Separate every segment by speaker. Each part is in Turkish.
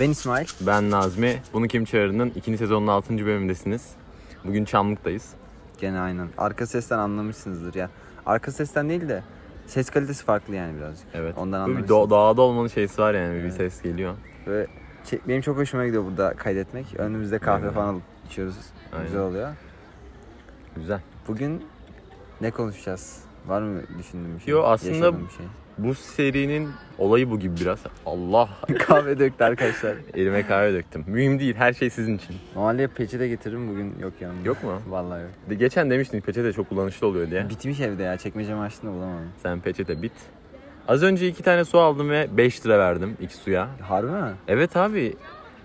Speaker 1: Ben İsmail.
Speaker 2: Ben Nazmi. Bunu Kim Çağrı'nın ikinci sezonun 6. bölümündesiniz. Bugün Çamlık'tayız.
Speaker 1: Gene aynen. Arka sesten anlamışsınızdır ya. Arka sesten değil de ses kalitesi farklı yani birazcık.
Speaker 2: Evet.
Speaker 1: Ondan
Speaker 2: Böyle bir
Speaker 1: anlamışsınız.
Speaker 2: do- dağda olmanın şeysi var yani. Bir ses geliyor.
Speaker 1: Ve şey- benim çok hoşuma gidiyor burada kaydetmek. Önümüzde kahve
Speaker 2: Aynen.
Speaker 1: falan alıp içiyoruz.
Speaker 2: Aynen.
Speaker 1: Güzel oluyor.
Speaker 2: Güzel.
Speaker 1: Bugün ne konuşacağız? Var mı düşündüğün bir şey?
Speaker 2: Yo, aslında-
Speaker 1: Yaşadığın bir şey.
Speaker 2: Bu serinin olayı bu gibi biraz. Allah!
Speaker 1: kahve döktü arkadaşlar.
Speaker 2: Elime kahve döktüm. Mühim değil. Her şey sizin için.
Speaker 1: Normalde peçete getiririm bugün yok yanımda.
Speaker 2: Yok mu?
Speaker 1: Vallahi yok.
Speaker 2: De- Geçen demiştin peçete çok kullanışlı oluyor diye.
Speaker 1: Bitmiş evde ya. Çekmecemi açtım da bulamadım.
Speaker 2: Sen peçete bit. Az önce iki tane su aldım ve 5 lira verdim iki suya.
Speaker 1: Harbi mi?
Speaker 2: Evet abi.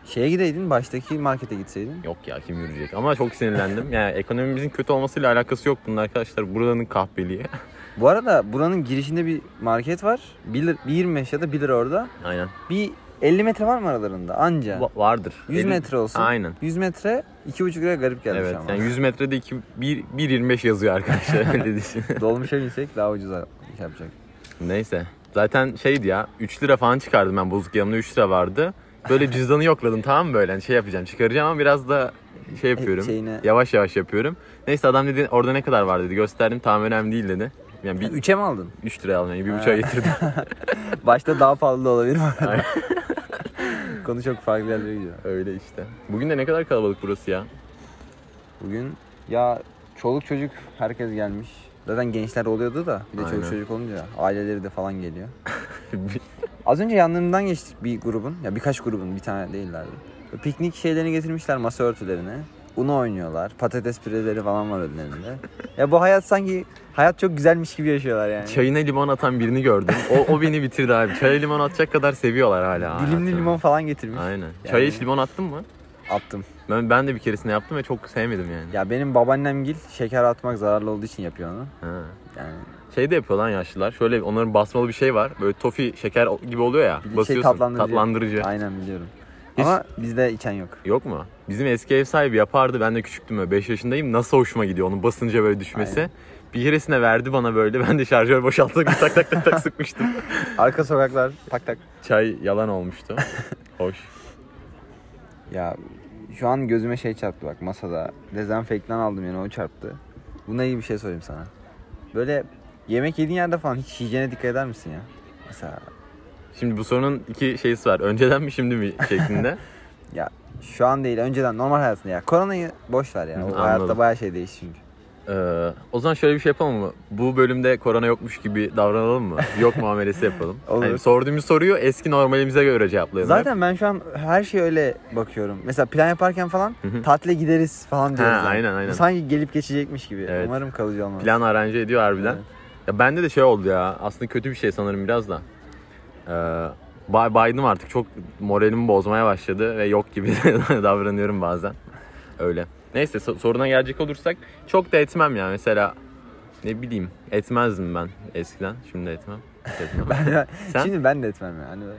Speaker 1: Şeye gideydin baştaki markete gitseydin.
Speaker 2: Yok ya kim yürüyecek ama çok sinirlendim. Yani ekonomimizin kötü olmasıyla alakası yok bunun arkadaşlar. Buranın kahpeliği.
Speaker 1: Bu arada buranın girişinde bir market var. 1, lir- 1.25 ya da 1 lira orada.
Speaker 2: Aynen.
Speaker 1: Bir 50 metre var mı aralarında anca?
Speaker 2: Va- vardır.
Speaker 1: 100
Speaker 2: Elin-
Speaker 1: metre olsun.
Speaker 2: Aynen.
Speaker 1: 100 metre 2,5 liraya garip gelmiş
Speaker 2: Evet.
Speaker 1: ama.
Speaker 2: Yani 100 metrede 2 1 1.25 yazıyor arkadaşlar öyle düşün.
Speaker 1: Dolmuşa binsek daha ucuza şey yapacak.
Speaker 2: Neyse. Zaten şeydi ya 3 lira falan çıkardım ben bozuk yanımda 3 lira vardı. Böyle cüzdanı yokladım tamam mı böyle hani şey yapacağım çıkaracağım ama biraz da şey yapıyorum.
Speaker 1: şeyine-
Speaker 2: Yavaş yavaş yapıyorum. Neyse adam dedi orada ne kadar var dedi gösterdim tamam önemli değil dedi. Yani bir
Speaker 1: 3'e mi aldın?
Speaker 2: 3 liraya aldım yani 1.5'a getirdim.
Speaker 1: Başta daha pahalı da olabilir bu arada. Konu çok farklı yerlere gidiyor.
Speaker 2: Öyle işte. Bugün de ne kadar kalabalık burası ya.
Speaker 1: Bugün ya çoluk çocuk herkes gelmiş. Zaten gençler oluyordu da bir de çoluk
Speaker 2: Aynen.
Speaker 1: çocuk olunca aileleri de falan geliyor. Az önce yanlarından geçtik bir grubun. Ya birkaç grubun bir tane değillerdi. Böyle Piknik şeylerini getirmişler masa örtülerini. Uno oynuyorlar. Patates püreleri falan var önlerinde. ya bu hayat sanki hayat çok güzelmiş gibi yaşıyorlar yani.
Speaker 2: Çayına limon atan birini gördüm. O, o beni bitirdi abi. Çaya limon atacak kadar seviyorlar hala.
Speaker 1: Dilimli
Speaker 2: hayatını.
Speaker 1: limon falan getirmiş.
Speaker 2: Aynen.
Speaker 1: Yani-
Speaker 2: Çaya hiç limon attın mı?
Speaker 1: Attım.
Speaker 2: Ben, ben de bir keresinde yaptım ve çok sevmedim yani.
Speaker 1: Ya benim babaannem gil şeker atmak zararlı olduğu için yapıyor onu.
Speaker 2: Ha.
Speaker 1: Yani
Speaker 2: Şey de yapıyor lan yaşlılar. Şöyle onların basmalı bir şey var. Böyle tofi şeker gibi oluyor ya.
Speaker 1: Bir şey
Speaker 2: basıyorsun.
Speaker 1: tatlandırıcı.
Speaker 2: Tatlandırıcı.
Speaker 1: aynen biliyorum.
Speaker 2: Hiç-
Speaker 1: Ama bizde içen yok.
Speaker 2: Yok mu? Bizim eski ev sahibi yapardı. Ben de küçüktüm böyle 5 yaşındayım. Nasıl hoşuma gidiyor onun basınca böyle düşmesi. Bir keresine verdi bana böyle. Ben de şarjör boşaltıp tak tak tak tak sıkmıştım.
Speaker 1: Arka sokaklar tak tak.
Speaker 2: Çay yalan olmuştu. Hoş.
Speaker 1: Ya şu an gözüme şey çarptı bak masada. Dezenfektan aldım yani o çarptı. Buna ilgili bir şey sorayım sana. Böyle yemek yediğin yerde falan hiç hijyene dikkat eder misin ya? Mesela
Speaker 2: Şimdi bu sorunun iki şeysi var. Önceden mi şimdi mi şeklinde.
Speaker 1: şu an değil önceden normal hayatında ya. Koronayı boş ver ya. O
Speaker 2: Hı, anladım.
Speaker 1: hayatta bayağı şey değişti çünkü.
Speaker 2: Ee, o zaman şöyle bir şey yapalım mı? Bu bölümde korona yokmuş gibi davranalım mı? Yok muamelesi yapalım.
Speaker 1: Olur.
Speaker 2: Hani sorduğumuz soruyu eski normalimize göre cevaplayalım.
Speaker 1: Zaten ben şu an her şeye öyle bakıyorum. Mesela plan yaparken falan
Speaker 2: hı.
Speaker 1: tatile gideriz falan diyoruz. yani.
Speaker 2: aynen, aynen.
Speaker 1: Bu Sanki gelip geçecekmiş gibi.
Speaker 2: Evet.
Speaker 1: Umarım kalıcı olmaz.
Speaker 2: Plan aranje ediyor harbiden.
Speaker 1: Evet.
Speaker 2: Ya bende de şey oldu ya. Aslında kötü bir şey sanırım biraz da. Ee, bay- baydım artık. Çok moralimi bozmaya başladı ve yok gibi davranıyorum bazen. Öyle. Neyse so- soruna gelecek olursak çok da etmem ya. Mesela ne bileyim etmezdim ben eskiden. Şimdi de etmem. etmem. Sen?
Speaker 1: Şimdi ben de etmem yani. Hani böyle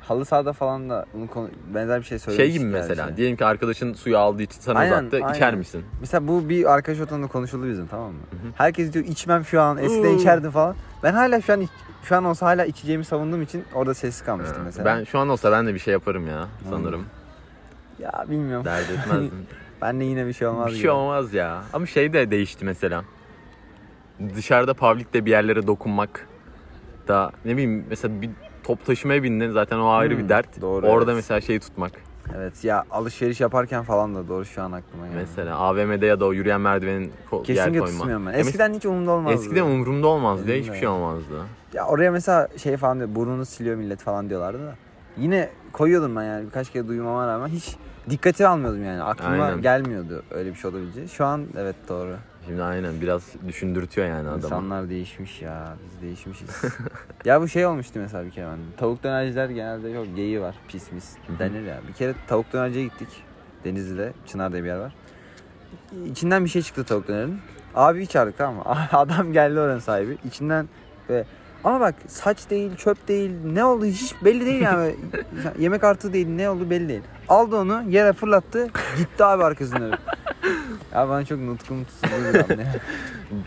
Speaker 1: halı sahada falan da bunu konu- benzer bir şey
Speaker 2: Şey
Speaker 1: söylemiştik.
Speaker 2: gibi
Speaker 1: yani
Speaker 2: mesela.
Speaker 1: şey.
Speaker 2: Diyelim ki arkadaşın suyu aldığı için sana
Speaker 1: Aynen,
Speaker 2: uzattı.
Speaker 1: aynen.
Speaker 2: İçer misin?
Speaker 1: Mesela bu bir arkadaş ortamında konuşuldu bizim tamam mı? Herkes diyor içmem şu an eskiden
Speaker 2: Oo.
Speaker 1: içerdim falan. Ben hala şu an iç- şu an olsa hala içeceğimi savunduğum için orada sessiz kalmıştım
Speaker 2: Ha,
Speaker 1: mesela.
Speaker 2: Ee, Ben şu an olsa ben de bir şey yaparım ya sanırım.
Speaker 1: Ya bilmiyorum.
Speaker 2: Dert etmezdim.
Speaker 1: Ben de yine bir şey olmaz
Speaker 2: bir şey
Speaker 1: gibi.
Speaker 2: olmaz ya. Ama şey de değişti mesela. Dışarıda public'te bir yerlere dokunmak da ne bileyim mesela bir top taşımaya bindin zaten o ayrı
Speaker 1: Hmm,
Speaker 2: bir dert.
Speaker 1: doğru,
Speaker 2: Orada
Speaker 1: evet.
Speaker 2: mesela şeyi tutmak.
Speaker 1: Evet ya alışveriş yaparken falan da doğru şu an aklıma geldi.
Speaker 2: Mesela AVM'de ya da o yürüyen merdivenin ko- yer
Speaker 1: Kesinlikle
Speaker 2: koyma.
Speaker 1: tutmuyorum ben.
Speaker 2: Ya mes-
Speaker 1: Eskiden hiç umurumda olmazdı.
Speaker 2: Eskiden um- umurumda olmazdı ya
Speaker 1: Benim de.
Speaker 2: hiçbir şey olmazdı.
Speaker 1: Ya oraya mesela şey falan diyor burnunu siliyor millet falan diyorlardı da. Yine koyuyordum ben yani birkaç kere duymama rağmen hiç dikkate almıyordum yani. Aklıma
Speaker 2: Aynen.
Speaker 1: gelmiyordu öyle bir şey olabileceği. Şu an evet doğru.
Speaker 2: Şimdi aynen biraz düşündürtüyor yani adamı.
Speaker 1: İnsanlar değişmiş ya. Biz değişmişiz. ya bu şey olmuştu mesela bir kere bende. Tavuk dönerciler genelde çok geyi var. Pis mis
Speaker 2: Hı hı.
Speaker 1: denir ya. Bir kere tavuk dönerciye gittik. Denizli'de. Çınar diye bir yer var. İçinden bir şey çıktı tavuk dönerin. Abi çağırdık tamam mı? Adam geldi oranın sahibi. İçinden ve ama bak saç değil, çöp değil, ne oldu hiç belli değil yani. Yemek artığı değil, ne oldu belli değil. Aldı onu, yere fırlattı, gitti abi arkasından. öyle. ya bana çok nutkum tutuldu bir anda ya.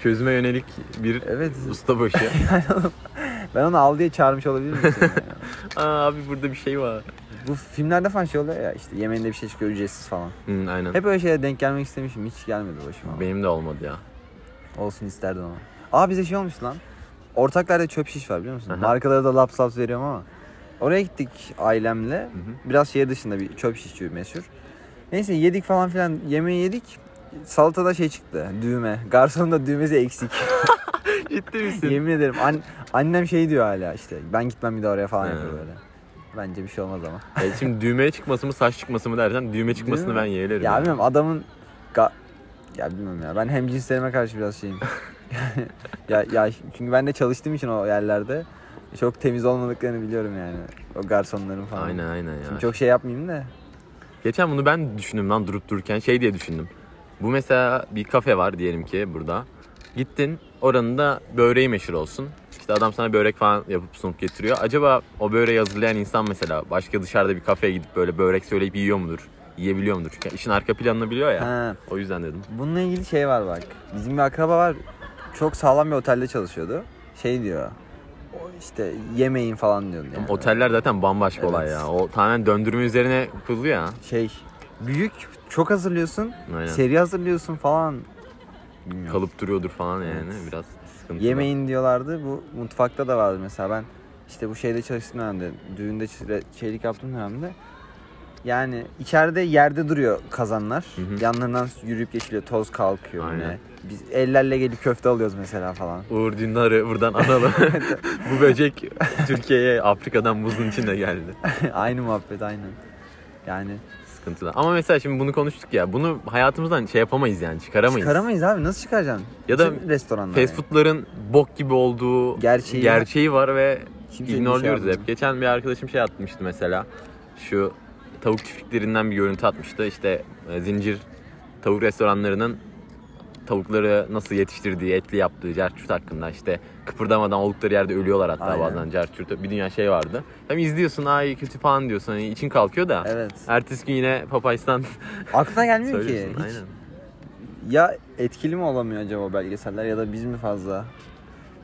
Speaker 2: Çözüme yönelik bir
Speaker 1: Evet.
Speaker 2: ustabaşı.
Speaker 1: Ben onu al diye çağırmış olabilir miyim? seni ya?
Speaker 2: Aa, abi burada bir şey var.
Speaker 1: Bu filmlerde falan şey oluyor ya işte yemeğinde bir şey çıkıyor ücretsiz falan.
Speaker 2: Hı, aynen.
Speaker 1: Hep öyle şeylere denk gelmek istemişim. Hiç gelmedi başıma.
Speaker 2: Benim de olmadı ya.
Speaker 1: Olsun isterdim ama. Aa bize şey olmuş lan. Ortaklarda çöp şiş var biliyor musun?
Speaker 2: Aha.
Speaker 1: Markalara da laps laps veriyorum ama. Oraya gittik ailemle.
Speaker 2: hı.
Speaker 1: Biraz şehir dışında bir çöp şişçi meşhur. Neyse yedik falan filan. Yemeği yedik. Salatada şey çıktı. Düğme. Garsonun da düğmesi eksik.
Speaker 2: Ciddi misin?
Speaker 1: Yemin ederim. An- annem şey diyor hala işte. Ben gitmem bir daha oraya falan
Speaker 2: He.
Speaker 1: yapıyor böyle. Bence bir şey olmaz ama.
Speaker 2: E, şimdi düğmeye çıkması mı saç çıkması mı dersen düğme çıkmasını
Speaker 1: mi?
Speaker 2: ben yeğlerim.
Speaker 1: Ya
Speaker 2: yani.
Speaker 1: bilmiyorum adamın ga- ya bilmiyorum ya. Ben hem cinslerime karşı biraz şeyim. ya ya çünkü ben de çalıştığım için o yerlerde çok temiz olmadıklarını biliyorum yani. O garsonların falan.
Speaker 2: Aynen aynen ya.
Speaker 1: Şimdi çok şey yapmayayım da.
Speaker 2: Geçen bunu ben düşündüm lan durup dururken şey diye düşündüm. Bu mesela bir kafe var diyelim ki burada. Gittin oranın da böreği meşhur olsun. İşte adam sana börek falan yapıp sunup getiriyor. Acaba o böreği hazırlayan insan mesela başka dışarıda bir kafeye gidip böyle börek söyleyip yiyor mudur? Yiyebiliyor mudur? Çünkü işin arka planını biliyor ya.
Speaker 1: Ha,
Speaker 2: O yüzden dedim.
Speaker 1: bununla ilgili şey var bak. Bizim bir akraba var. Çok sağlam bir otelde çalışıyordu. Şey diyor. O işte yemeyin falan diyordu yani.
Speaker 2: Oteller zaten bambaşka
Speaker 1: Evet.
Speaker 2: olay ya. O tamamen döndürme üzerine kurulu ya.
Speaker 1: Şey büyük çok hazırlıyorsun.
Speaker 2: Aynen.
Speaker 1: Seri hazırlıyorsun falan. Bilmiyorum.
Speaker 2: Kalıp duruyordur falan yani
Speaker 1: Evet.
Speaker 2: biraz sıkıntı.
Speaker 1: Yemeğin diyorlardı. Bu mutfakta da vardı mesela. Ben işte bu şeyde çalıştığım dönemde, düğünde çire- şeylik yaptığım dönemde. Yani içeride yerde duruyor kazanlar.
Speaker 2: Hı hı.
Speaker 1: Yanlarından yürüyüp geçiliyor. Toz kalkıyor.
Speaker 2: Aynen.
Speaker 1: yine. Biz ellerle gelip köfte alıyoruz mesela falan.
Speaker 2: Uğur Dündar'ı buradan analım. Bu böcek Türkiye'ye Afrika'dan buzun içinde geldi.
Speaker 1: aynı muhabbet aynen. Yani
Speaker 2: Sıkıntılar. Ama mesela şimdi bunu konuştuk ya. Bunu hayatımızdan şey yapamayız yani çıkaramayız.
Speaker 1: çıkaramayız abi. Nasıl çıkaracaksın?
Speaker 2: Ya da
Speaker 1: Bütün restoranlar.
Speaker 2: Fast foodların bok gibi olduğu
Speaker 1: Gerçeği-
Speaker 2: gerçeği var ve
Speaker 1: Kimse bir şey
Speaker 2: ignorluyoruz
Speaker 1: yapmıyor.
Speaker 2: hep. Geçen bir arkadaşım şey atmıştı mesela. Şu tavuk çiftliklerinden bir görüntü atmıştı. İşte e, zincir tavuk restoranlarının tavukları nasıl yetiştirdiği, etli yaptığı cerçürt hakkında işte kıpırdamadan oldukları yerde ölüyorlar hatta
Speaker 1: Aynen.
Speaker 2: bazen cerçürte. Bir dünya şey vardı. Hem izliyorsun ay kötü falan diyorsun hani için kalkıyor da.
Speaker 1: yani. Evet.
Speaker 2: Ertesi gün yine Papay's'tan
Speaker 1: Aklına gelmiyor ki.
Speaker 2: söylüyorsun.
Speaker 1: Hiç.
Speaker 2: Aynen.
Speaker 1: Ya etkili mi olamıyor acaba belgeseller ya da biz mi fazla?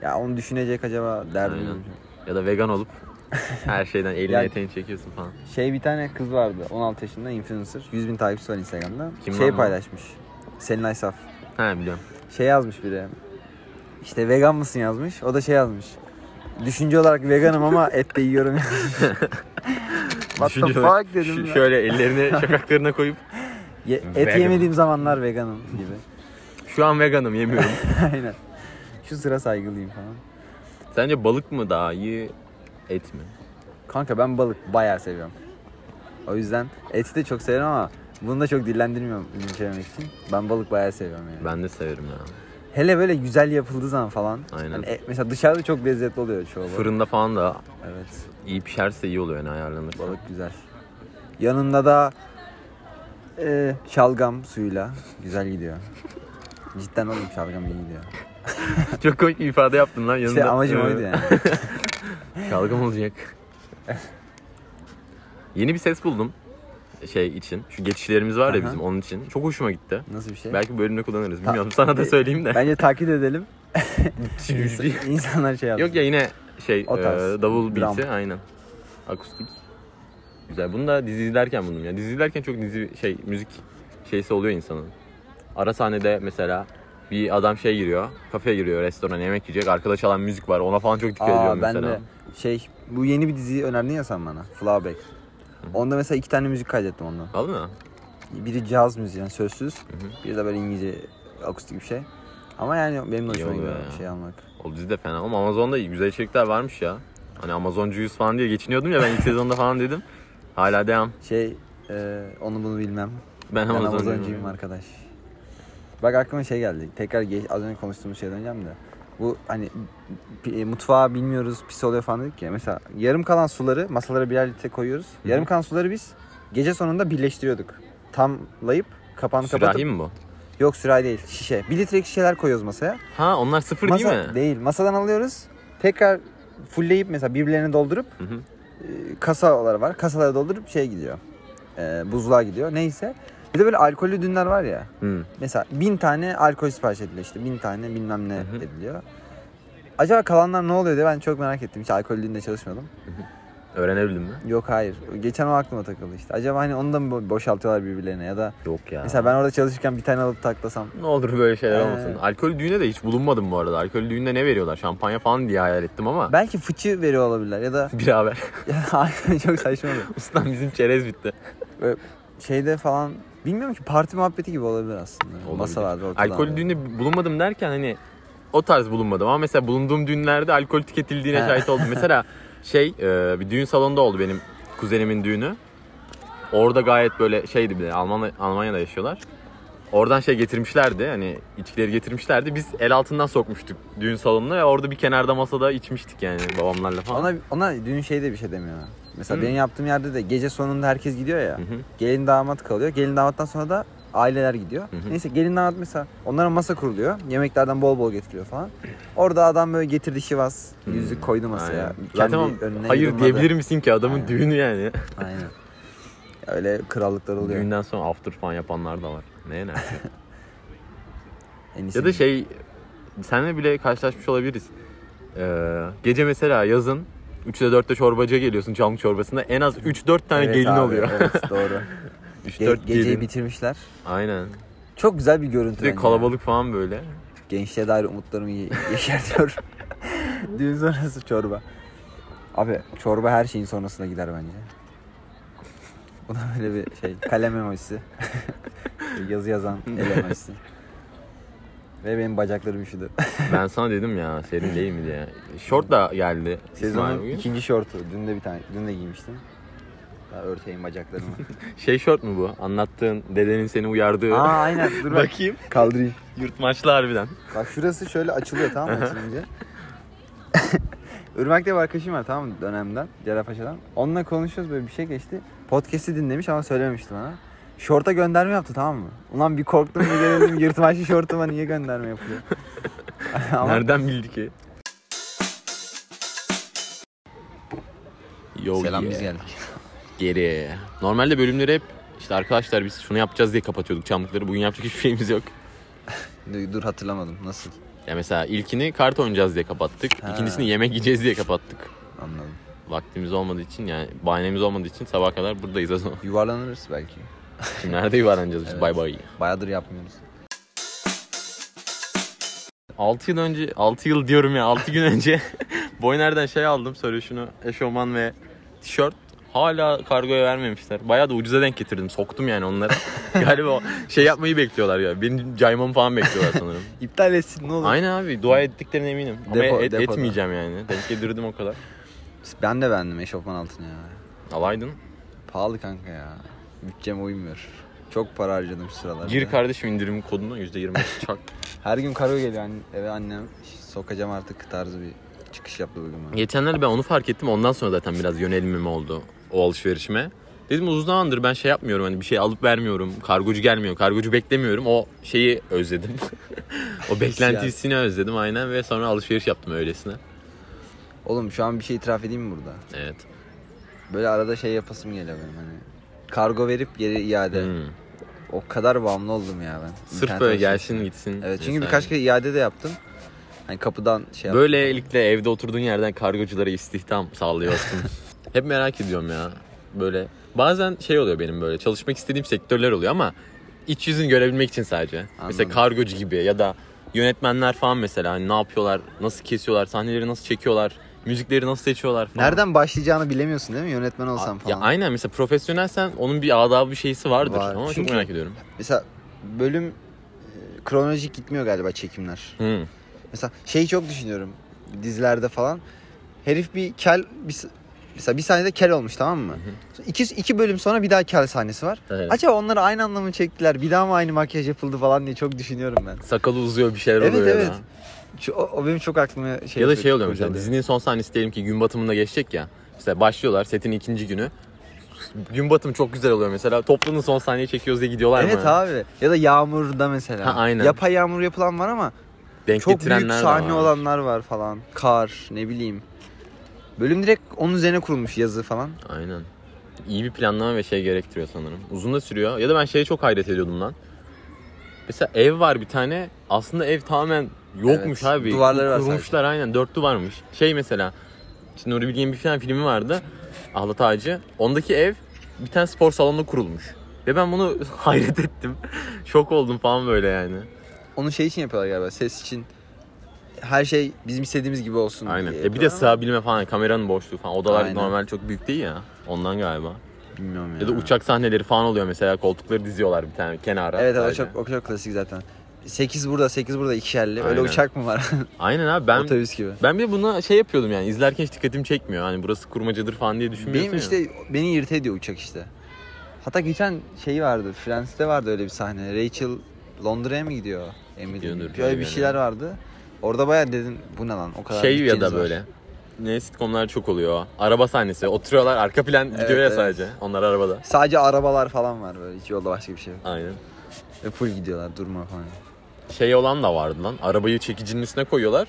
Speaker 1: Ya onu düşünecek acaba derdim.
Speaker 2: Aynen.
Speaker 1: yok.
Speaker 2: Ya da vegan olup her şeyden elini
Speaker 1: Yani-
Speaker 2: eteğini çekiyorsun falan.
Speaker 1: Şey bir tane kız vardı 16 yaşında influencer. 100 bin takipçisi var Instagram'da.
Speaker 2: Kim
Speaker 1: şey
Speaker 2: lan bu?
Speaker 1: paylaşmış. Selin Aysaf.
Speaker 2: He biliyorum.
Speaker 1: Şey yazmış biri. İşte vegan mısın yazmış. O da şey yazmış. Düşünce olarak veganım ama et de yiyorum. What the
Speaker 2: Düşünceler-
Speaker 1: fuck dedim
Speaker 2: Ş-
Speaker 1: ben.
Speaker 2: Şöyle ellerini şakaklarına koyup
Speaker 1: Ye- et
Speaker 2: Vegan.
Speaker 1: yemediğim zamanlar veganım gibi.
Speaker 2: şu an veganım yemiyorum.
Speaker 1: Aynen. Şu sıra saygılıyım falan.
Speaker 2: Sence balık mı daha iyi et mi?
Speaker 1: Kanka ben balık bayağı seviyorum. O yüzden eti de çok severim ama bunu da çok dillendirmiyorum dinlemek için. Ben balık bayağı seviyorum yani.
Speaker 2: Ben de severim ya.
Speaker 1: Hele böyle güzel yapıldığı zaman falan.
Speaker 2: Aynen.
Speaker 1: Hani e- mesela dışarıda çok lezzetli oluyor çoğu balık.
Speaker 2: Fırında falan da
Speaker 1: Evet.
Speaker 2: iyi pişerse iyi oluyor yani ayarlanır.
Speaker 1: Balık güzel. Yanında da e, şalgam suyuyla güzel gidiyor. Cidden oğlum şalgam iyi gidiyor.
Speaker 2: Çok komik bir ifade yaptın lan yanında. e,
Speaker 1: İşte amacım oydu yani.
Speaker 2: Şalgam olacak. Yeni bir ses buldum şey için. Şu geçişlerimiz var ya
Speaker 1: Aha.
Speaker 2: bizim onun için. Çok hoşuma gitti.
Speaker 1: Nasıl bir şey?
Speaker 2: Belki bölümde kullanırız. Bilmiyorum. Sana da söyleyeyim de.
Speaker 1: Bence takip edelim.
Speaker 2: Şimdi-
Speaker 1: İnsan- İnsanlar şey yapsın.
Speaker 2: Yok ya yine şey
Speaker 1: O tarz.
Speaker 2: e, davul
Speaker 1: Drum.
Speaker 2: beat'i aynen. Akustik. Güzel. Bunu da dizi izlerken buldum ya. Dizi izlerken çok dizi şey müzik şeysi oluyor insanın. Ara sahnede mesela bir adam şey giriyor, kafeye giriyor, restorana yemek yiyecek. Arkada çalan müzik var. Ona falan çok dikkat ediyorum
Speaker 1: Aa, ben
Speaker 2: mesela.
Speaker 1: de şey bu yeni bir diziyi önerdin ya sen bana. Flawback. Onda mesela iki tane müzik kaydettim ondan.
Speaker 2: Aldın mı?
Speaker 1: Biri caz müziği yani sözsüz.
Speaker 2: hı.
Speaker 1: Biri de böyle İngilizce akustik bir şey. Ama yani benim de
Speaker 2: İyi
Speaker 1: hoşuma
Speaker 2: oluyor
Speaker 1: gidiyor
Speaker 2: ya.
Speaker 1: şey almak.
Speaker 2: O dizi de fena ama Amazon'da güzel içerikler varmış ya. Hani Amazoncuyuz falan diye geçiniyordum ya ben ilk sezonda falan dedim. Hala devam.
Speaker 1: Şey e, onu bunu bilmem.
Speaker 2: Ben,
Speaker 1: Ben
Speaker 2: Amazoncuyum.
Speaker 1: Amazoncuyum arkadaş. Bak aklıma şey geldi. Tekrar geç, az önce konuştuğumuz şeye döneceğim de. Bu hani pi- e, mutfağı bilmiyoruz pis oluyor falan dedik ya. Mesela yarım kalan suları masalara birer litre koyuyoruz.
Speaker 2: Hı hı.
Speaker 1: Yarım kalan suları biz gece sonunda birleştiriyorduk. Tamlayıp kapağını kapatıp.
Speaker 2: Sürahi mi bu?
Speaker 1: Yok sürahi değil şişe. Bir litrelik şişeler koyuyoruz masaya.
Speaker 2: Ha onlar sıfır
Speaker 1: Masa,
Speaker 2: değil mi?
Speaker 1: Değil. Masadan alıyoruz. Tekrar fullleyip mesela birbirlerini doldurup
Speaker 2: Hı hı.
Speaker 1: e, kasalar var. Kasalara doldurup şeye gidiyor. E, buzluğa gidiyor. Neyse. Bir de böyle alkollü dünler var ya.
Speaker 2: Hı.
Speaker 1: Mesela bin tane alkol sipariş ediliyor işte. Bin tane bilmem ne
Speaker 2: hı.
Speaker 1: ediliyor. Acaba kalanlar ne oluyor diye ben çok merak ettim. Hiç alkollüğünde çalışmadım.
Speaker 2: Öğrenebildin mi?
Speaker 1: Yok hayır. Geçen o aklıma takıldı işte. Acaba hani onu da mı bo- boşaltıyorlar birbirlerine ya da
Speaker 2: Yok ya.
Speaker 1: mesela ben orada çalışırken bir tane alıp taklasam.
Speaker 2: Ne olur böyle şeyler
Speaker 1: Ee.
Speaker 2: olmasın. Alkol düğüne de hiç bulunmadım bu arada. Alkol düğünde ne veriyorlar? Şampanya falan diye hayal ettim ama.
Speaker 1: Belki fıçı veriyor olabilirler ya da
Speaker 2: Bir haber.
Speaker 1: çok saçma olur.
Speaker 2: Ustam bizim çerez bitti.
Speaker 1: Şeyde falan bilmiyorum ki parti muhabbeti gibi olabilir aslında.
Speaker 2: Olabilir.
Speaker 1: Masalarda ortalarda.
Speaker 2: Alkol düğünde bulunmadım derken hani o tarz bulunmadım ama mesela bulunduğum düğünlerde alkol tüketildiğine
Speaker 1: He.
Speaker 2: şahit oldum. Mesela şey e, bir düğün salonunda oldu benim kuzenimin düğünü. Orada gayet böyle şeydi bir de Alman, Almanya'da yaşıyorlar. Oradan şey getirmişlerdi hani içkileri getirmişlerdi. Biz el altından sokmuştuk düğün salonuna ve orada bir kenarda masada içmiştik yani babamlarla falan.
Speaker 1: Ona, ona düğün şeyde bir şey demiyor. Mesela
Speaker 2: Hı.
Speaker 1: benim yaptığım yerde de gece sonunda herkes gidiyor ya.
Speaker 2: Hı hı.
Speaker 1: Gelin damat kalıyor. Gelin damattan sonra da aileler gidiyor.
Speaker 2: Hı hı.
Speaker 1: Neyse gelin damat mesela onlara masa kuruluyor. Yemeklerden bol bol getiriyor falan. Orada adam böyle getirdi şivas. Yüzük koydu masaya.
Speaker 2: Aynen.
Speaker 1: Kendi
Speaker 2: Zaten
Speaker 1: önüne
Speaker 2: hayır
Speaker 1: yudumladı.
Speaker 2: diyebilir misin ki adamın
Speaker 1: Aynen.
Speaker 2: düğünü yani.
Speaker 1: Aynen. Öyle krallıklar oluyor.
Speaker 2: Düğünden sonra after falan yapanlar da var. Ne ne?
Speaker 1: En iyisi
Speaker 2: ya da şey senle bile karşılaşmış olabiliriz. Ee, gece mesela yazın 3'te 4'te çorbacıya geliyorsun çamlık çorbasında en az 3-4 tane
Speaker 1: Evet
Speaker 2: gelin
Speaker 1: abi,
Speaker 2: oluyor.
Speaker 1: Evet doğru.
Speaker 2: 3-4
Speaker 1: Ge- geceyi
Speaker 2: gelin.
Speaker 1: bitirmişler.
Speaker 2: Aynen.
Speaker 1: Çok güzel bir görüntü.
Speaker 2: Bir de
Speaker 1: bence
Speaker 2: kalabalık falan böyle.
Speaker 1: ya. Gençliğe dair umutlarımı ye- yeşertiyor. Düğün sonrası çorba. Abi çorba her şeyin sonrasına gider bence. Bu da böyle bir şey. Kalem emojisi. Yazı yazan el emojisi. Ve benim bacaklarım üşüdü.
Speaker 2: Ben sana dedim ya serin değil mi diye. Şort da geldi. İsmail
Speaker 1: Sezonun
Speaker 2: bugün.
Speaker 1: ikinci şortu. Dün de bir tane. Dün de giymiştim. Daha örteyim bacaklarımı.
Speaker 2: Şey şort mu bu? Anlattığın dedenin seni uyardığı.
Speaker 1: Aa aynen dur bak.
Speaker 2: Bakayım.
Speaker 1: Kaldırayım.
Speaker 2: Yurtmaçlı harbiden.
Speaker 1: Bak şurası şöyle açılıyor tamam mı açılınca? Irmak'ta bir arkadaşım var tamam mı dönemden, Cerrahpaşa'dan. Onunla konuşuyoruz böyle bir şey geçti. Podcast'i dinlemiş ama söylememişti bana. Şorta gönderme yaptı tamam mı? Ulan bir korktum bir gerildim yırtmaçlı şortuma niye gönderme yapıyor? ama
Speaker 2: Nereden bildi ki? Yo yeah.
Speaker 1: geldik.
Speaker 2: Geri. Normalde bölümleri hep işte arkadaşlar biz şunu yapacağız diye kapatıyorduk çamlıkları. Bugün yapacak hiçbir şeyimiz yok.
Speaker 1: Dur, dur hatırlamadım nasıl
Speaker 2: Ya mesela ilkini kart oynayacağız diye kapattık.
Speaker 1: Ha.
Speaker 2: İkincisini yemek yiyeceğiz diye kapattık.
Speaker 1: anladım.
Speaker 2: Vaktimiz olmadığı için yani bahanemiz olmadığı için sabah kadar buradayız o zaman.
Speaker 1: Yuvarlanırız belki.
Speaker 2: Şimdi nerede yuvarlanacağız biz?
Speaker 1: Evet.
Speaker 2: Bay bay.
Speaker 1: Bayağıdır yapmıyoruz.
Speaker 2: 6 yıl önce, 6 yıl diyorum ya 6 gün önce Boyner'den şey aldım Solution'u eşofman ve tişört. Hala kargoya vermemişler. Bayağı da ucuza denk getirdim. Soktum yani onları. Galiba o şey yapmayı bekliyorlar ya. Benim caymamı falan bekliyorlar sanırım.
Speaker 1: İptal etsin ne olur.
Speaker 2: Aynen abi dua ettiklerine eminim. Ama
Speaker 1: Depo-
Speaker 2: et,
Speaker 1: depoda.
Speaker 2: etmeyeceğim yani. Denk getirdim o kadar.
Speaker 1: Ben de beğendim eşofman altını ya.
Speaker 2: Alaydın.
Speaker 1: Pahalı kanka ya. Bütçeme uymuyor. Çok para harcadım şu sıralarda.
Speaker 2: Gir kardeşim indirim kodunu %20 çak.
Speaker 1: Her gün kargo geliyor anne, eve annem sokacağım artık tarzı bir çıkış yaptı bugün bana.
Speaker 2: Geçenlerde ben onu fark ettim. Ondan sonra zaten biraz yönelimim oldu o alışverişime. Dedim uzun zamandır ben şey yapmıyorum hani bir şey alıp vermiyorum. Kargocu gelmiyor. Kargocu beklemiyorum. O şeyi özledim. o beklentisini özledim aynen ve sonra alışveriş yaptım öylesine.
Speaker 1: Oğlum şu an bir şey itiraf edeyim mi burada?
Speaker 2: Evet.
Speaker 1: Böyle arada şey yapasım geliyor benim hani. Kargo verip geri iade.
Speaker 2: Hmm.
Speaker 1: O kadar bağımlı oldum ya ben.
Speaker 2: Sırf
Speaker 1: İnternet
Speaker 2: böyle
Speaker 1: alışverişe.
Speaker 2: gelsin gitsin.
Speaker 1: Evet çünkü
Speaker 2: vesaire.
Speaker 1: birkaç kere iade de yaptım. Hani kapıdan şey yaptım.
Speaker 2: Böylelikle evde oturduğun yerden kargoculara istihdam sağlıyorsun. Hep merak ediyorum ya. Böyle bazen şey oluyor benim böyle çalışmak istediğim sektörler oluyor ama iç yüzünü görebilmek için sadece. Mesela
Speaker 1: Anladım.
Speaker 2: kargocu gibi ya da yönetmenler falan mesela hani ne yapıyorlar, nasıl kesiyorlar, sahneleri nasıl çekiyorlar, müzikleri nasıl seçiyorlar falan.
Speaker 1: Nereden başlayacağını bilemiyorsun değil mi? Yönetmen olsam
Speaker 2: Ya
Speaker 1: falan.
Speaker 2: aynen mesela profesyonelsen onun bir adabı bir şeysi vardır
Speaker 1: Var.
Speaker 2: ama çok
Speaker 1: Çünkü-
Speaker 2: merak ediyorum.
Speaker 1: Mesela bölüm e, kronolojik gitmiyor galiba çekimler.
Speaker 2: Hı.
Speaker 1: Mesela şeyi çok düşünüyorum dizilerde falan. Herif bir kel bir, s- mesela bir sahnede kel olmuş tamam mı? İki, iki bölüm sonra bir daha kel sahnesi var.
Speaker 2: Evet.
Speaker 1: Acaba onları aynı anlamı çektiler bir daha mı aynı makyaj yapıldı falan diye çok düşünüyorum ben.
Speaker 2: Sakalı uzuyor bir şeyler
Speaker 1: Evet,
Speaker 2: oluyor ya
Speaker 1: evet.
Speaker 2: da.
Speaker 1: Şu, o, o benim çok aklıma şey
Speaker 2: ya da
Speaker 1: yapıyor,
Speaker 2: şey oluyor mesela
Speaker 1: kurcalıyor.
Speaker 2: dizinin son sahnesi diyelim ki gün batımında geçecek ya. Mesela başlıyorlar setin ikinci günü. Gün batımı çok güzel oluyor mesela. Toplunun son sahneyi çekiyoruz diye gidiyorlar mı?
Speaker 1: Evet abi. Ya da yağmurda mesela.
Speaker 2: Ha, aynen.
Speaker 1: Yapay yağmur yapılan var ama
Speaker 2: Denk
Speaker 1: çok büyük
Speaker 2: getirenler de
Speaker 1: sahne
Speaker 2: var.
Speaker 1: olanlar var falan. Kar, ne bileyim. Bölüm direkt onun üzerine kurulmuş yazı falan.
Speaker 2: Aynen. İyi bir planlama ve şey gerektiriyor sanırım. Uzun da sürüyor. Ya da ben şeye çok hayret ediyordum lan. Mesela ev var bir tane. Aslında ev tamamen Yokmuş
Speaker 1: Evet,
Speaker 2: abi.
Speaker 1: duvarları var
Speaker 2: Kurmuşlar aynen. Dört duvarmış. Şey mesela. Şimdi Nuri Bilge'nin bir tane filmi vardı. Ahlat Ağacı. Ondaki ev bir tane spor salonunda kurulmuş. Ve ben bunu hayret ettim. Şok oldum falan böyle yani.
Speaker 1: Onu şey için yapıyorlar galiba. Ses için. Her şey bizim istediğimiz gibi olsun
Speaker 2: Aynen.
Speaker 1: diye
Speaker 2: Ya bir de
Speaker 1: yapıyorlar
Speaker 2: sığabilme falan, kameranın boşluğu falan. Odalar
Speaker 1: Aynen.
Speaker 2: normal çok büyük değil ya. Ondan galiba.
Speaker 1: ama Bilmiyorum ya.
Speaker 2: Ya da uçak sahneleri falan oluyor mesela. Koltukları diziyorlar bir tane kenara.
Speaker 1: Evet evet o
Speaker 2: sadece.
Speaker 1: çok, o çok klasik zaten. 8 burada 8 burada ikişerli. Öyle
Speaker 2: Aynen.
Speaker 1: uçak mı var?
Speaker 2: Aynen abi ben
Speaker 1: Otobüs gibi.
Speaker 2: ben bir de buna şey yapıyordum yani izlerken hiç dikkatimi çekmiyor. Hani burası kurmacadır falan diye
Speaker 1: Benim
Speaker 2: düşünmüyorsun ya.
Speaker 1: işte beni irite ediyor uçak işte. Hatta geçen şey vardı. Friends'te vardı öyle bir sahne. Rachel Londra'ya mı gidiyor? Emin değilim.
Speaker 2: Gidiyordur,
Speaker 1: Böyle bir
Speaker 2: yani.
Speaker 1: şeyler vardı. Orada bayağı dedim bu ne lan o kadar
Speaker 2: şey ya
Speaker 1: bütçeniz
Speaker 2: da
Speaker 1: var.
Speaker 2: böyle. Ne sitcomlar çok oluyor. Araba sahnesi. Oturuyorlar arka plan gidiyor ya
Speaker 1: evet.
Speaker 2: sadece. Onlar arabada.
Speaker 1: Sadece arabalar falan var böyle. Hiç yolda başka bir şey yok.
Speaker 2: Aynen.
Speaker 1: Ve full gidiyorlar durma falan.
Speaker 2: Şey olan da vardı lan. Arabayı çekicinin üstüne koyuyorlar.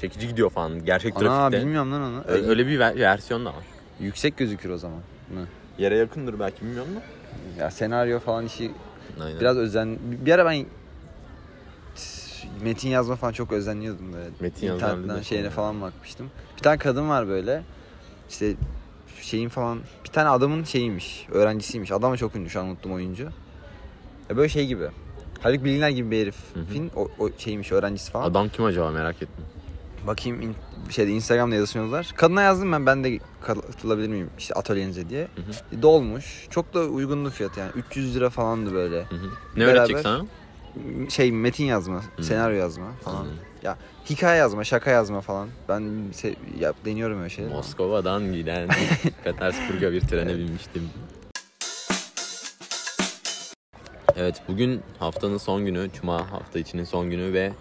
Speaker 2: Çekici gidiyor falan. Gerçek
Speaker 1: Ana
Speaker 2: trafikte.
Speaker 1: bilmiyorum lan onu.
Speaker 2: Ö- Öyle bir ver- versiyon da var.
Speaker 1: Yüksek gözükür o zaman. Hı.
Speaker 2: Yere yakındır belki bilmiyorum da.
Speaker 1: Ya senaryo falan işi
Speaker 2: Aynen.
Speaker 1: biraz özen... Bir ara ben metin yazma falan çok özenliyordum böyle.
Speaker 2: Metin yazma
Speaker 1: İnternetten
Speaker 2: halinde
Speaker 1: şeyine
Speaker 2: sonra.
Speaker 1: falan bakmıştım. Bir tane kadın var böyle. İşte şeyin falan... Bir tane adamın şeyiymiş. Öğrencisiymiş. Adam da çok ünlü şu an unuttum oyuncu. Ya böyle şey gibi. Haluk Bilginer gibi bir herifin o, o şeymiş öğrencisi falan.
Speaker 2: Adam kim acaba merak ettim.
Speaker 1: Bakayım in, şeyde Instagram'da yazışmıyorlar. Kadına yazdım ben ben de katılabilir miyim işte atölyenize diye. E, Dolmuş. Çok da uygunlu fiyat yani 300 lira falandı böyle.
Speaker 2: Hı hı. Ne
Speaker 1: Beraber-
Speaker 2: öğretecek sana?
Speaker 1: Şey metin yazma, senaryo yazma falan.
Speaker 2: Anladım.
Speaker 1: Ya hikaye yazma, şaka yazma falan. Ben se- yap, deniyorum öyle şeyler.
Speaker 2: Moskova'dan giden Petersburg'a bir trene binmiştim. Evet bugün haftanın son günü, cuma hafta içinin son günü ve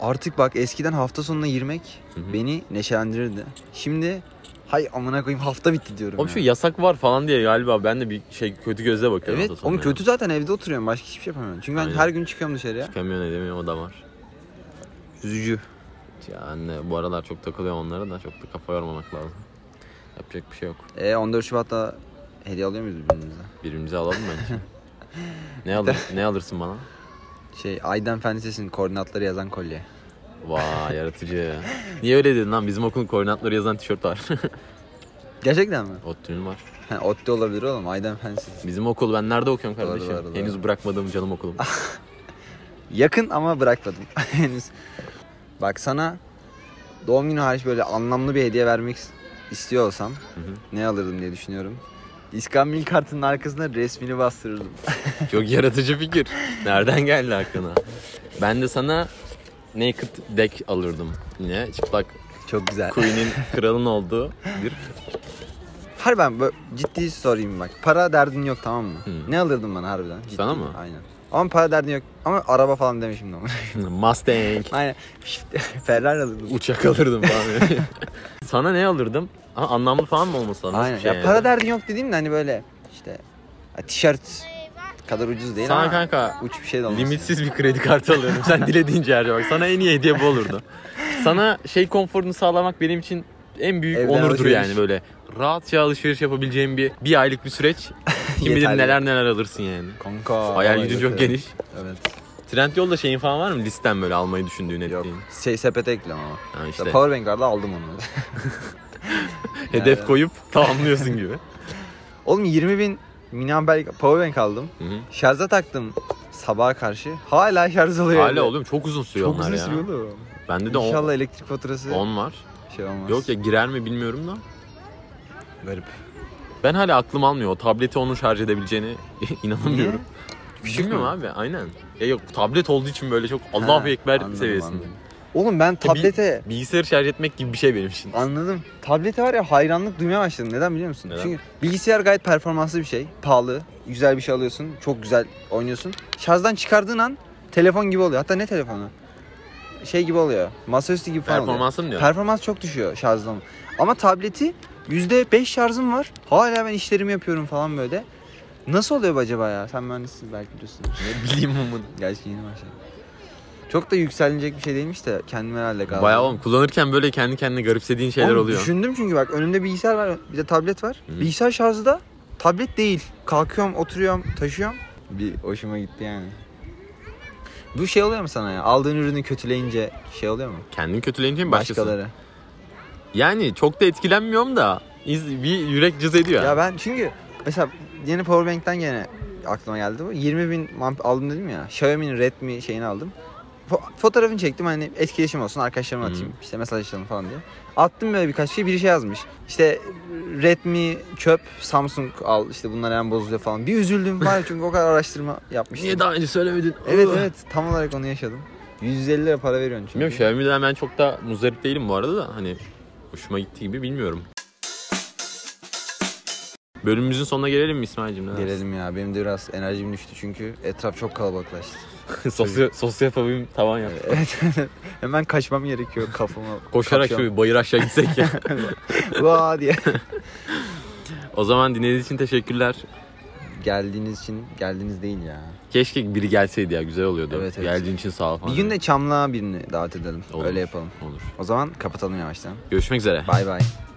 Speaker 1: Artık bak eskiden hafta sonuna girmek beni neşelendirirdi. Şimdi hay amına koyayım hafta bitti diyorum
Speaker 2: Oğlum
Speaker 1: ya.
Speaker 2: şu yasak var falan diye galiba ben de bir şey kötü gözle bakıyorum.
Speaker 1: Evet,
Speaker 2: hafta sonu
Speaker 1: oğlum
Speaker 2: ya.
Speaker 1: kötü zaten evde oturuyorum. Başka hiçbir şey yapamıyorum. Çünkü ben
Speaker 2: Aynen.
Speaker 1: her gün çıkıyorum dışarıya.
Speaker 2: Kamyon edemiyor o da var.
Speaker 1: Üzücü.
Speaker 2: Ya anne bu aralar çok takılıyor onlara da çok da kafa yormamak lazım. Yapacak bir şey yok.
Speaker 1: E 14 Şubat'ta hediye alıyor muyuz birbirimize?
Speaker 2: Birbirimize alalım bence. ne, alır, ne alırsın bana?
Speaker 1: Şey Aydan Fen Lisesi'nin koordinatları yazan kolye.
Speaker 2: Vay yaratıcı. Niye öyle dedin lan? Bizim okulun koordinatları yazan tişört var.
Speaker 1: Gerçekten mi?
Speaker 2: Ottü'nün var.
Speaker 1: Ha, ODTÜ olabilir oğlum Aydan Fen Lisesi.
Speaker 2: Bizim okul ben nerede okuyorum
Speaker 1: Doğru,
Speaker 2: kardeşim?
Speaker 1: doğru, doğru.
Speaker 2: Henüz bırakmadığım canım okulum.
Speaker 1: Yakın ama bırakmadım henüz. Bak sana doğum günü hariç böyle anlamlı bir hediye vermek is- istiyor olsam ne alırdım diye düşünüyorum. İskambil kartının arkasına resmini bastırırdım.
Speaker 2: Çok yaratıcı fikir. Nereden geldi aklına? Ben de sana naked deck alırdım. Yine çıplak
Speaker 1: Çok güzel.
Speaker 2: Queen'in kralın olduğu bir
Speaker 1: Harbiden bö- ciddi sorayım bak. Para derdin yok tamam mı?
Speaker 2: Hı.
Speaker 1: Ne alırdın bana harbiden? Ciddi.
Speaker 2: Sana mı?
Speaker 1: Aynen. Ama para derdin yok. Ama araba falan demişim de ama.
Speaker 2: Mustang.
Speaker 1: Aynen. Ferrari alırdım.
Speaker 2: Uçak alırdım falan. Sana ne alırdım? Ha, anlamlı falan mı olması lazım?
Speaker 1: Aynen.
Speaker 2: Hiçbir şey
Speaker 1: ya para
Speaker 2: yani.
Speaker 1: derdin yok dediğim de hani böyle işte ya tişört kadar ucuz değil
Speaker 2: Sana
Speaker 1: ama
Speaker 2: kanka
Speaker 1: uç bir şey de olmaz.
Speaker 2: limitsiz bir kredi kartı alırdım. Sen dilediğince harca bak. Sana en iyi hediye bu olurdu. Sana şey konforunu sağlamak benim için en büyük
Speaker 1: Evden
Speaker 2: onurdur
Speaker 1: alışveriş.
Speaker 2: yani böyle. Rahatça alışveriş yapabileceğim bir bir aylık bir süreç. Kim bilir
Speaker 1: Yeterli.
Speaker 2: neler neler alırsın yani.
Speaker 1: Kanka.
Speaker 2: Hayal
Speaker 1: vallahi
Speaker 2: gücün
Speaker 1: yok
Speaker 2: çok
Speaker 1: ya.
Speaker 2: geniş.
Speaker 1: Evet.
Speaker 2: Trendyol'da şeyin falan var mı? Listen böyle almayı düşündüğün
Speaker 1: Yok.
Speaker 2: ettiğin.
Speaker 1: Şey sepete eklem ama.
Speaker 2: Ha
Speaker 1: İşte.
Speaker 2: işte.
Speaker 1: Powerbank'larda aldım onu.
Speaker 2: Hedef koyup tamamlıyorsun gibi.
Speaker 1: Oğlum 20 bin mAh powerbank aldım.
Speaker 2: Hı hı.
Speaker 1: Şarja taktım sabaha karşı. Hala şarj oluyor. evde.
Speaker 2: Hala oğlum çok uzun sürüyor
Speaker 1: Çok
Speaker 2: onlar
Speaker 1: uzun
Speaker 2: ya.
Speaker 1: sürüyor oğlum.
Speaker 2: Bende de
Speaker 1: İnşallah
Speaker 2: 10
Speaker 1: elektrik faturası
Speaker 2: var.
Speaker 1: şey olmaz.
Speaker 2: Yok ya girer mi bilmiyorum da.
Speaker 1: Garip.
Speaker 2: Ben hala aklım almıyor. O tableti onun şarj edebileceğine inanamıyorum.
Speaker 1: Küçük
Speaker 2: Bilmiyorum
Speaker 1: mü?
Speaker 2: abi aynen. Ya yok tablet olduğu için böyle çok Allahu
Speaker 1: Ha,
Speaker 2: Ekber
Speaker 1: anladım,
Speaker 2: seviyesinde. E,
Speaker 1: anladım. Oğlum ben
Speaker 2: Ya bil-
Speaker 1: tablete
Speaker 2: bilgisayarı şarj etmek gibi bir şey benim için.
Speaker 1: Anladım. Tablete var ya hayranlık duymaya başladım. Neden biliyor musun?
Speaker 2: Neden?
Speaker 1: Çünkü bilgisayar gayet performanslı bir şey. Pahalı, güzel bir şey alıyorsun. Çok güzel oynuyorsun. Şarjdan çıkardığın an telefon gibi oluyor. Hatta ne telefonu? Şey gibi oluyor. Masaüstü gibi falan oluyor.
Speaker 2: Performansım diyor.
Speaker 1: Performans çok düşüyor şarjdan. Ama tableti %5 şarjım var. Hala ben işlerimi yapıyorum falan böyle. Nasıl oluyor bu acaba ya? Sen mühendissin belki biliyorsun.
Speaker 2: ne bileyim aman.
Speaker 1: Gerçi yeni başladım. Çok da yükselinecek bir şey değilmiş de kendime herhalde kaldı.
Speaker 2: Bayağı oğlum kullanırken böyle kendi kendine garipsediğin şeyler
Speaker 1: Oğlum
Speaker 2: oluyor.
Speaker 1: Düşündüm çünkü bak önümde bilgisayar var bir de tablet var.
Speaker 2: Hı.
Speaker 1: Bilgisayar şarjı da tablet değil. Kalkıyorum, oturuyorum, taşıyorum. Bir hoşuma gitti yani. Bu şey oluyor mu sana ya? Aldığın ürünü kötüleyince şey oluyor mu?
Speaker 2: Kendin kötüleyince mi başkası?
Speaker 1: Başkaları.
Speaker 2: Yani çok da etkilenmiyorum da iz, bir yürek cız ediyor.
Speaker 1: Ya ben çünkü mesela yeni Powerbank'ten gene aklıma geldi bu. 20 bin amp aldım dedim ya. Xiaomi'nin Redmi şeyini aldım. Fo- fotoğrafını çektim hani etkileşim olsun arkadaşlarıma atayım. işte mesajlaşalım falan diye. Attım böyle birkaç şey biri şey yazmış. İşte Redmi çöp Samsung al işte bunlar en bozuluyor falan. Bir üzüldüm var ya çünkü o kadar araştırma yapmıştım.
Speaker 2: Niye daha önce söylemedin?
Speaker 1: Evet
Speaker 2: Ugh.
Speaker 1: evet tam olarak onu yaşadım. 150 lira para veriyorsun çünkü.
Speaker 2: Bilmiyorum Xiaomi'den ben çok da muzdarip değilim bu arada da hani hoşuma gittiği gibi bilmiyorum. Bölümümüzün sonuna gelelim mi İsmail'cim? ne dersin?
Speaker 1: Gelelim ya benim de biraz enerjim düştü çünkü etraf çok kalabalıklaştı.
Speaker 2: Sosyo, sosyofobim tavan yaptı.
Speaker 1: Evet hemen kaçmam gerekiyor kafama.
Speaker 2: Koşarak
Speaker 1: kapşon.
Speaker 2: şöyle bir bayır aşağı gitsek ya.
Speaker 1: Vaa diye.
Speaker 2: o zaman dinlediğiniz için teşekkürler.
Speaker 1: Geldiğiniz için geldiğiniz değil ya.
Speaker 2: Keşke biri gelseydi ya güzel oluyordu.
Speaker 1: Evet, evet.
Speaker 2: Geldiğin için sağ ol falan.
Speaker 1: Bir gün de Çamlığa birini davet edelim.
Speaker 2: Olur.
Speaker 1: Öyle yapalım.
Speaker 2: Olur.
Speaker 1: O zaman kapatalım yavaştan.
Speaker 2: Görüşmek üzere.
Speaker 1: Bay bay.